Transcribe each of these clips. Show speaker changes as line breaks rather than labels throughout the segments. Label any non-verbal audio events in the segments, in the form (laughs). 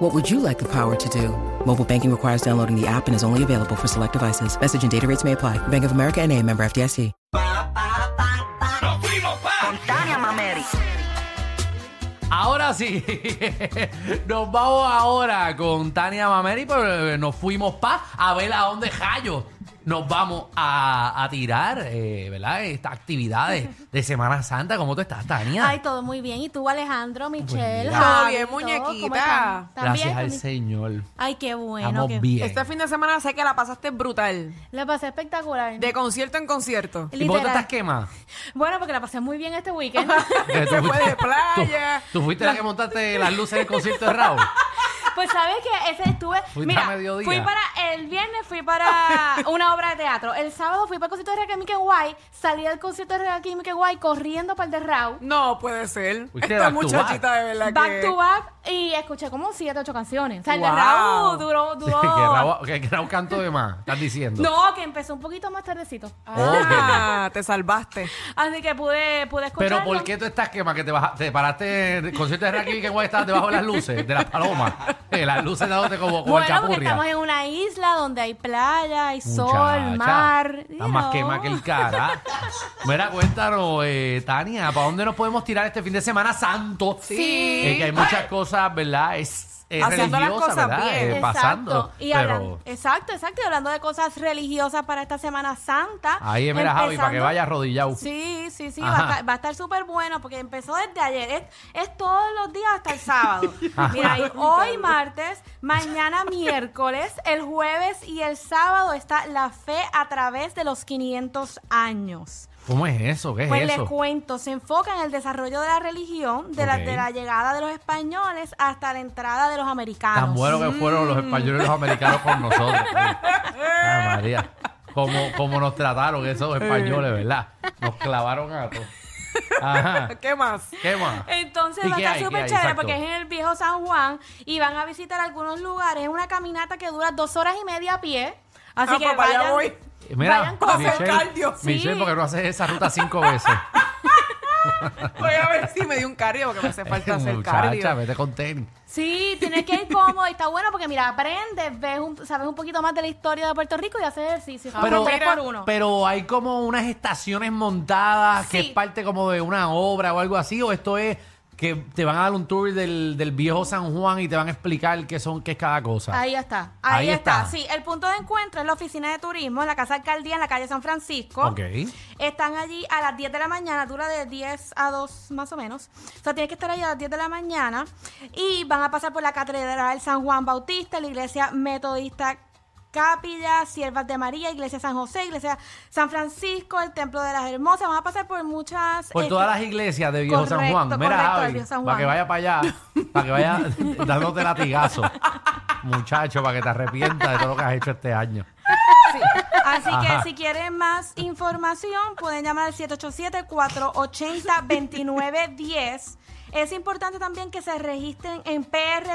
What would you like the power to do? Mobile banking requires downloading the app and is only available for select devices. Message and data rates may apply. Bank of America and a member FDIC.
¡Nos fuimos, pa!
Tania Mameri.
Ahora sí, (laughs) nos vamos ahora con Tania Mameri, pero eh, nos fuimos, pa, a ver a dónde rayos nos vamos a, a tirar, eh, ¿verdad? Estas actividades de Semana Santa. ¿Cómo tú estás, Tania?
(laughs) Ay, todo muy bien. ¿Y tú, Alejandro, Michelle?
mira.
Todo bien,
Javi, ¿cómo
muñequita.
están? ¿Están
Gracias
bien?
al
¿Están bien?
Señor.
Ay, qué bueno.
Estamos
que-
bien.
Este fin de semana sé que la pasaste brutal.
La pasé espectacular.
De concierto en concierto.
¿Y por qué tú
Literal.
estás
(laughs)
quema?
Bueno, porque la pasé muy bien este
(laughs)
weekend. (laughs)
Que
Se fue de playa.
tú- tú fuiste la que montaste las luces del concierto de Raúl.
pues sabes que ese estuve.
Fuiste
mira,
a mediodía.
fui para el viernes fui
(laughs)
para una obra de teatro. El sábado fui para el concierto de Rakim Guay. Salí del concierto de Rakim Guay corriendo para el de Raúl.
No puede ser.
Fuiste
Esta
back to back.
muchachita de verdad
Back
que...
to back y escuché como siete, ocho canciones. O sea, el de
Wow.
Raúl duró,
(laughs) que
duró.
Raúl que Raúl cantó de más, estás diciendo.
no, que empezó un poquito más tardecito.
Oh.
Ah, te salvaste.
Así que pude, pude escucharlo.
Pero ¿por qué tú estás quema? Que te, baja- te paraste en el concierto de Rakim y que guay estabas debajo de las luces, de las palomas. Eh, las luces dándote como, como
bueno,
el
porque
capurria.
estamos en una isla donde hay playa, hay
Muchacha,
sol, mar. you
Estás más
know.
quema que el cara. Mira, cuéntanos, eh, Tania, ¿para dónde nos podemos tirar este fin de semana santo?
Sí.
Eh, que hay muchas cosas, ¿verdad? Es, es
Haciendo las
religiosa,
cosas
¿verdad?
bien.
Eh,
Exacto.
pasando.
Y
pero
hablando- exacto, exacto. Y hablando de cosas religiosas para esta Semana Santa.
ahí es, mira, Javi, para que
empezando-
vaya arrodillado.
Sí, sí, sí, va
Ajá.
a, estar- va a estar súper bueno porque empezó desde ayer. Es, es todos los días hasta
(laughs)
el sábado. Mira, y hoy martes, mañana miércoles, el jueves y el sábado está la fe a través de los 500 años.
¿Cómo es eso? ¿Qué es
Pues les
eso?
cuento, se enfoca en el desarrollo de la religión, de, la,
Ok.
de la llegada de los españoles hasta la entrada de los americanos.
Tan bueno que fueron los españoles y los americanos con nosotros. Ah, María. Como, como nos trataron esos españoles, ¿verdad? Nos clavaron a todos. Ajá. (laughs)
¿Qué más?
¿Qué más?
Entonces
¿Y
va a
qué
estar
hay? ¿Qué
súper
hay?
chévere
Exacto.
porque es en el viejo San Juan y van a visitar algunos lugares. Es una caminata que dura dos horas y media a pie. Así
Ah,
que
pues para allá
vayan,
voy.
Mira,
vayan con
Michelle. cardio.
Michelle,
Sí.
porque no haces esa ruta cinco
(laughs)
veces.
Voy a ver si me dio un cardio porque me hace falta hacer
Muchacha,
cardio.
vete con tenis.
Sí, tienes
(laughs)
que ir cómodo y está bueno porque mira, aprendes, ves un, sabes un poquito más de la historia de Puerto Rico y haces
Ah,
ejercicio.
Pero,
Como tres por uno.
pero hay como unas estaciones montadas que
Sí.
es parte como de una obra o algo así, o esto es que te van a dar un tour del, del viejo San Juan y te van a explicar qué son, qué es cada cosa.
Ahí está, ahí,
Ahí
está.
está.
Sí, el punto de encuentro es la oficina de turismo en la Casa Alcaldía en la calle San Francisco.
Ok.
Están allí a las 10 de la mañana, dura de 10 a 2 más o menos. O sea, tienes que estar allí a las 10 de la mañana y van a pasar por la Catedral San Juan Bautista, la Iglesia Metodista Capilla, Siervas de María, Iglesia San José, Iglesia San Francisco, el Templo de las Hermosas. Van a pasar por muchas...
Por
eh,
todas las iglesias de Viejo San
Correcto,
Juan. Mira,
correcto, de
Javi,
Viejo San
para
Juan.
que vaya para allá, para que
(laughs)
vaya dándote latigazo. Muchacho, para que te arrepientas de todo lo que has hecho este año.
Así
Ajá.
que si quieren más información, pueden llamar al 787-480-2910. Es importante también que se registren en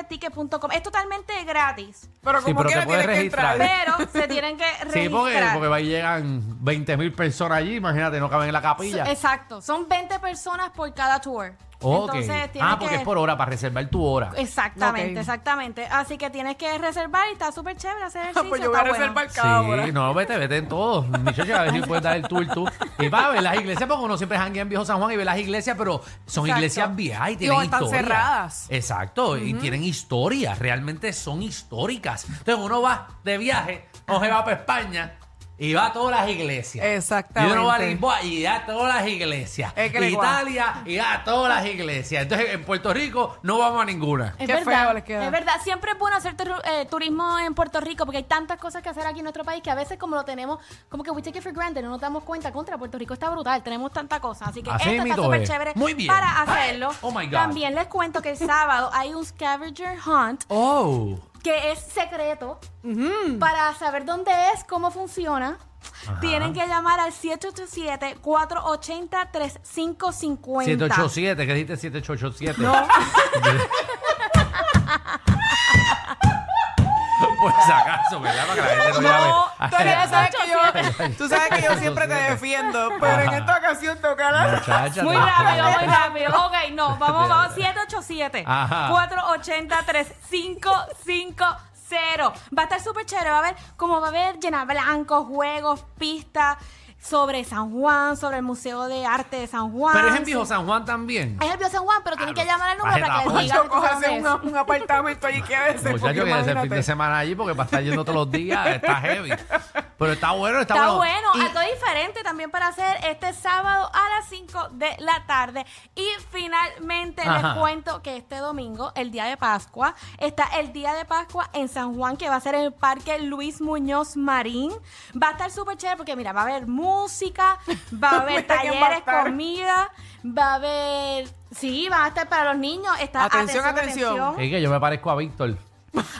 prticket.com. Es totalmente gratis,
Pero
Sí,
como
pero te
quiera
puedes
tienes que entrar. (laughs)
registrar.
pero se tienen que registrar.
Sí, porque, porque ahí llegan 20 mil personas allí, imagínate, no caben en la
So-
capilla.
Exacto, son 20 personas por cada tour.
Ok.
Entonces, tienes
ah, porque
que...
es por hora, para reservar tu hora.
Exactamente,
Ok.
exactamente. Así que tienes que reservar y está súper chévere hacer ejercicio.
(laughs) Pues yo voy a
está bueno.
reservar cada hora.
Sí, no, vete, vete en todo. Muchacho, a ver si puedes dar el tour tú. Y para ver las iglesias, porque uno siempre janguea en Viejo San Juan y ve las iglesias, pero son
Exacto.
iglesias viejas y
Y
tienen
o están
historia.
cerradas.
Exacto, y tienen historias, realmente son históricas. Entonces uno va de viaje, o se va para España. Y va a todas las iglesias.
Exactamente.
Y uno va a Lisboa y va a todas las iglesias.
Es que le guau.
Italia y va a todas las iglesias. Entonces en Puerto Rico no vamos a ninguna.
Es
Qué
verdad,
feo les queda.
es verdad. Siempre es bueno hacer tur- eh, turismo en Puerto Rico porque hay tantas cosas que hacer aquí en nuestro país que a veces como lo tenemos, como que we take it for granted, no nos damos cuenta. Contra Puerto Rico está brutal, tenemos tanta cosa. Así que
Así
esto está
mismito
súper
es.
chévere
Muy bien.
para hacerlo.
Oh, my God.
También les cuento que el sábado hay un scavenger hunt
Oh.
que es secreto. Para saber dónde es, cómo funciona, tienen que llamar al 787-480-3550.
787, que dijiste 7887.
No.
(laughs) Por si acaso, ¿verdad? Para que la gente no llame. Ah,
No, tú ya sabes que yo,
800.
tú sabes que yo siempre te defiendo, pero en esta ocasión toca la... (laughs)
Muchacha,
Muy
no.
rápido,
(laughs)
muy rápido. Ok, no, vamos, vamos. 787
Ajá.
480 3550 Va a estar súper chévere. Va a haber, como va a haber llena blanco, juegos, pistas sobre San Juan, sobre el Museo de Arte de San Juan.
Pero es en Viejo San Juan también.
Es el Viejo San Juan, pero
Ah,
tienen que llamar al número para que les
Ay,
digan
Yo
que tú sabes
cójase
dónde
un,
es.
un apartamento y quédese. porque
Muchachos, que es el fin
imagínate.
de semana allí porque para estar yendo todos los días está heavy. Pero está bueno, está,
Está bueno,
Y-
algo diferente también para hacer este sábado a las 5 de la tarde. Y finalmente
Ajá.
les cuento que este domingo, el día de Pascua, está el día de Pascua en San Juan, que va a ser en el Parque Luis Muñoz Marín. Va a estar súper chévere porque, mira, va a haber música, va a haber
Mira quién va a
talleres,
estar.
comida, va a haber... Sí, va a estar para los niños. Está,
Atención, atención.
Es que yo me parezco a Víctor.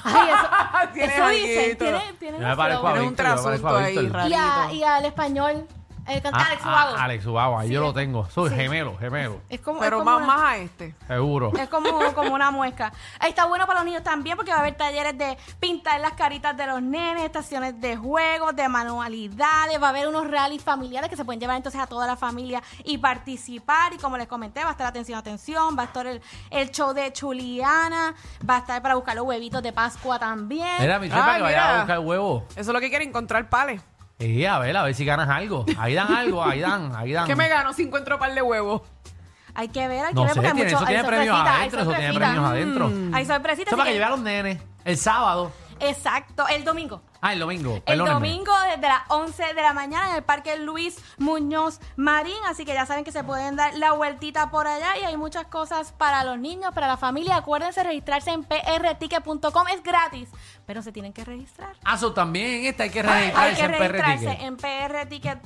Ay, eso,
Tienes
eso dicen.
alguito.
Tienen, tienen
Yo me parezco a
Tiene
Víctor.
un
yo me parezco
trasunto
a
ahí,
Víctor.
raro.
y, a-
Rarito.
y al español, el
Ah,
cantante Alex
ah,
Ubago.
Alex Ubago, ahí yo
Sí.
lo tengo. Soy
Sí.
gemelo, gemelo.
Es como, es
Pero
como
más,
una-
más a este.
Seguro.
Es como, como una muesca. Está bueno para los niños también porque va a haber talleres de pintar las caritas de los nenes, estaciones de juegos, de manualidades, va a haber unos rallies familiares que se pueden llevar entonces a toda la familia y participar. Y como les comenté, va a estar atención, atención, va a estar el, el show de Chuliana, va a estar para buscar los huevitos de Pascua también.
Mira, Michelle, para
Ay,
que vaya a
mira.
buscar huevo.
Eso es lo que quiere, encontrar pales.
Y a ver, a ver si ganas algo. Ahí dan algo, ahí dan, ahí dan.
¿Qué me gano si encuentro par de huevos?
hay que ver, hay que
No
ver
sé,
porque hay
tiene,
mucho-
eso
hay
tiene premios
sorpresitas, hay
adentro, eso tiene
sorpresitas.
premios adentro. Eso
Hay sorpresitas.
para que
así
lleve a los nenes. El sábado.
que- Exacto, el domingo.
Ah, el domingo.
El
perdónenme.
domingo desde las 11 de la mañana en el Parque Luis Muñoz Marín. Así que ya saben que se pueden dar la vueltita por allá y hay muchas cosas para los niños, para la familia. Acuérdense registrarse en prticket.com. Es gratis, pero se tienen que registrar.
Ah, eso también en esta hay que
Hay
registrarse
que
en PR
registrarse
Ticket.
en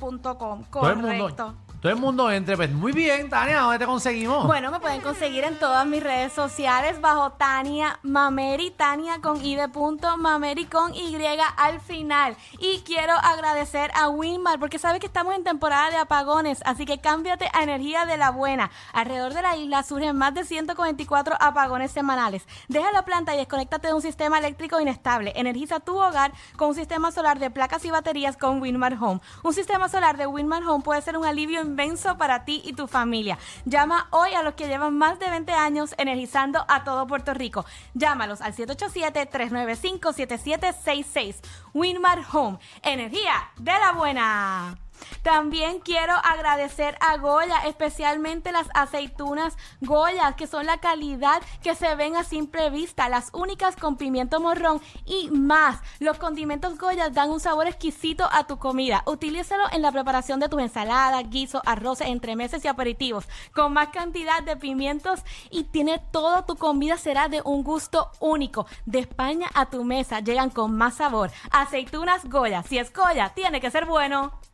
Todo
prticket.com.
el mundo,
Correcto.
todo el mundo entre. pues, muy bien, Tania, ¿dónde te conseguimos?
Bueno, me pueden conseguir en todas mis redes sociales bajo Tania Mameri, Tania con I de punto, Mameri con Y al final. Y quiero agradecer a Winmar porque sabe que estamos en temporada de apagones, así que cámbiate a energía de la buena. Alrededor de la isla surgen más de 144 apagones semanales. Deja la planta y desconéctate de un sistema eléctrico inestable. Energiza tu hogar con un sistema solar de placas y baterías con Winmar Home. Un sistema solar de Winmar Home puede ser un alivio inmenso para ti y tu familia. Llama hoy a los que llevan más de 20 años energizando a todo Puerto Rico. Llámalos al 787-395-7766. Winmar Home, energía de la buena. También quiero agradecer a Goya, especialmente las aceitunas Goya, que son la calidad que se ven a simple vista, las únicas con pimiento morrón y más. Los condimentos Goya dan un sabor exquisito a tu comida. Utilízalo en la preparación de tus ensaladas, guisos, arroces, entremeses y aperitivos. Con más cantidad de pimientos y tiene toda tu comida será de un gusto único. De España a tu mesa llegan con más sabor. Aceitunas Goya. Si es Goya, tiene que ser bueno.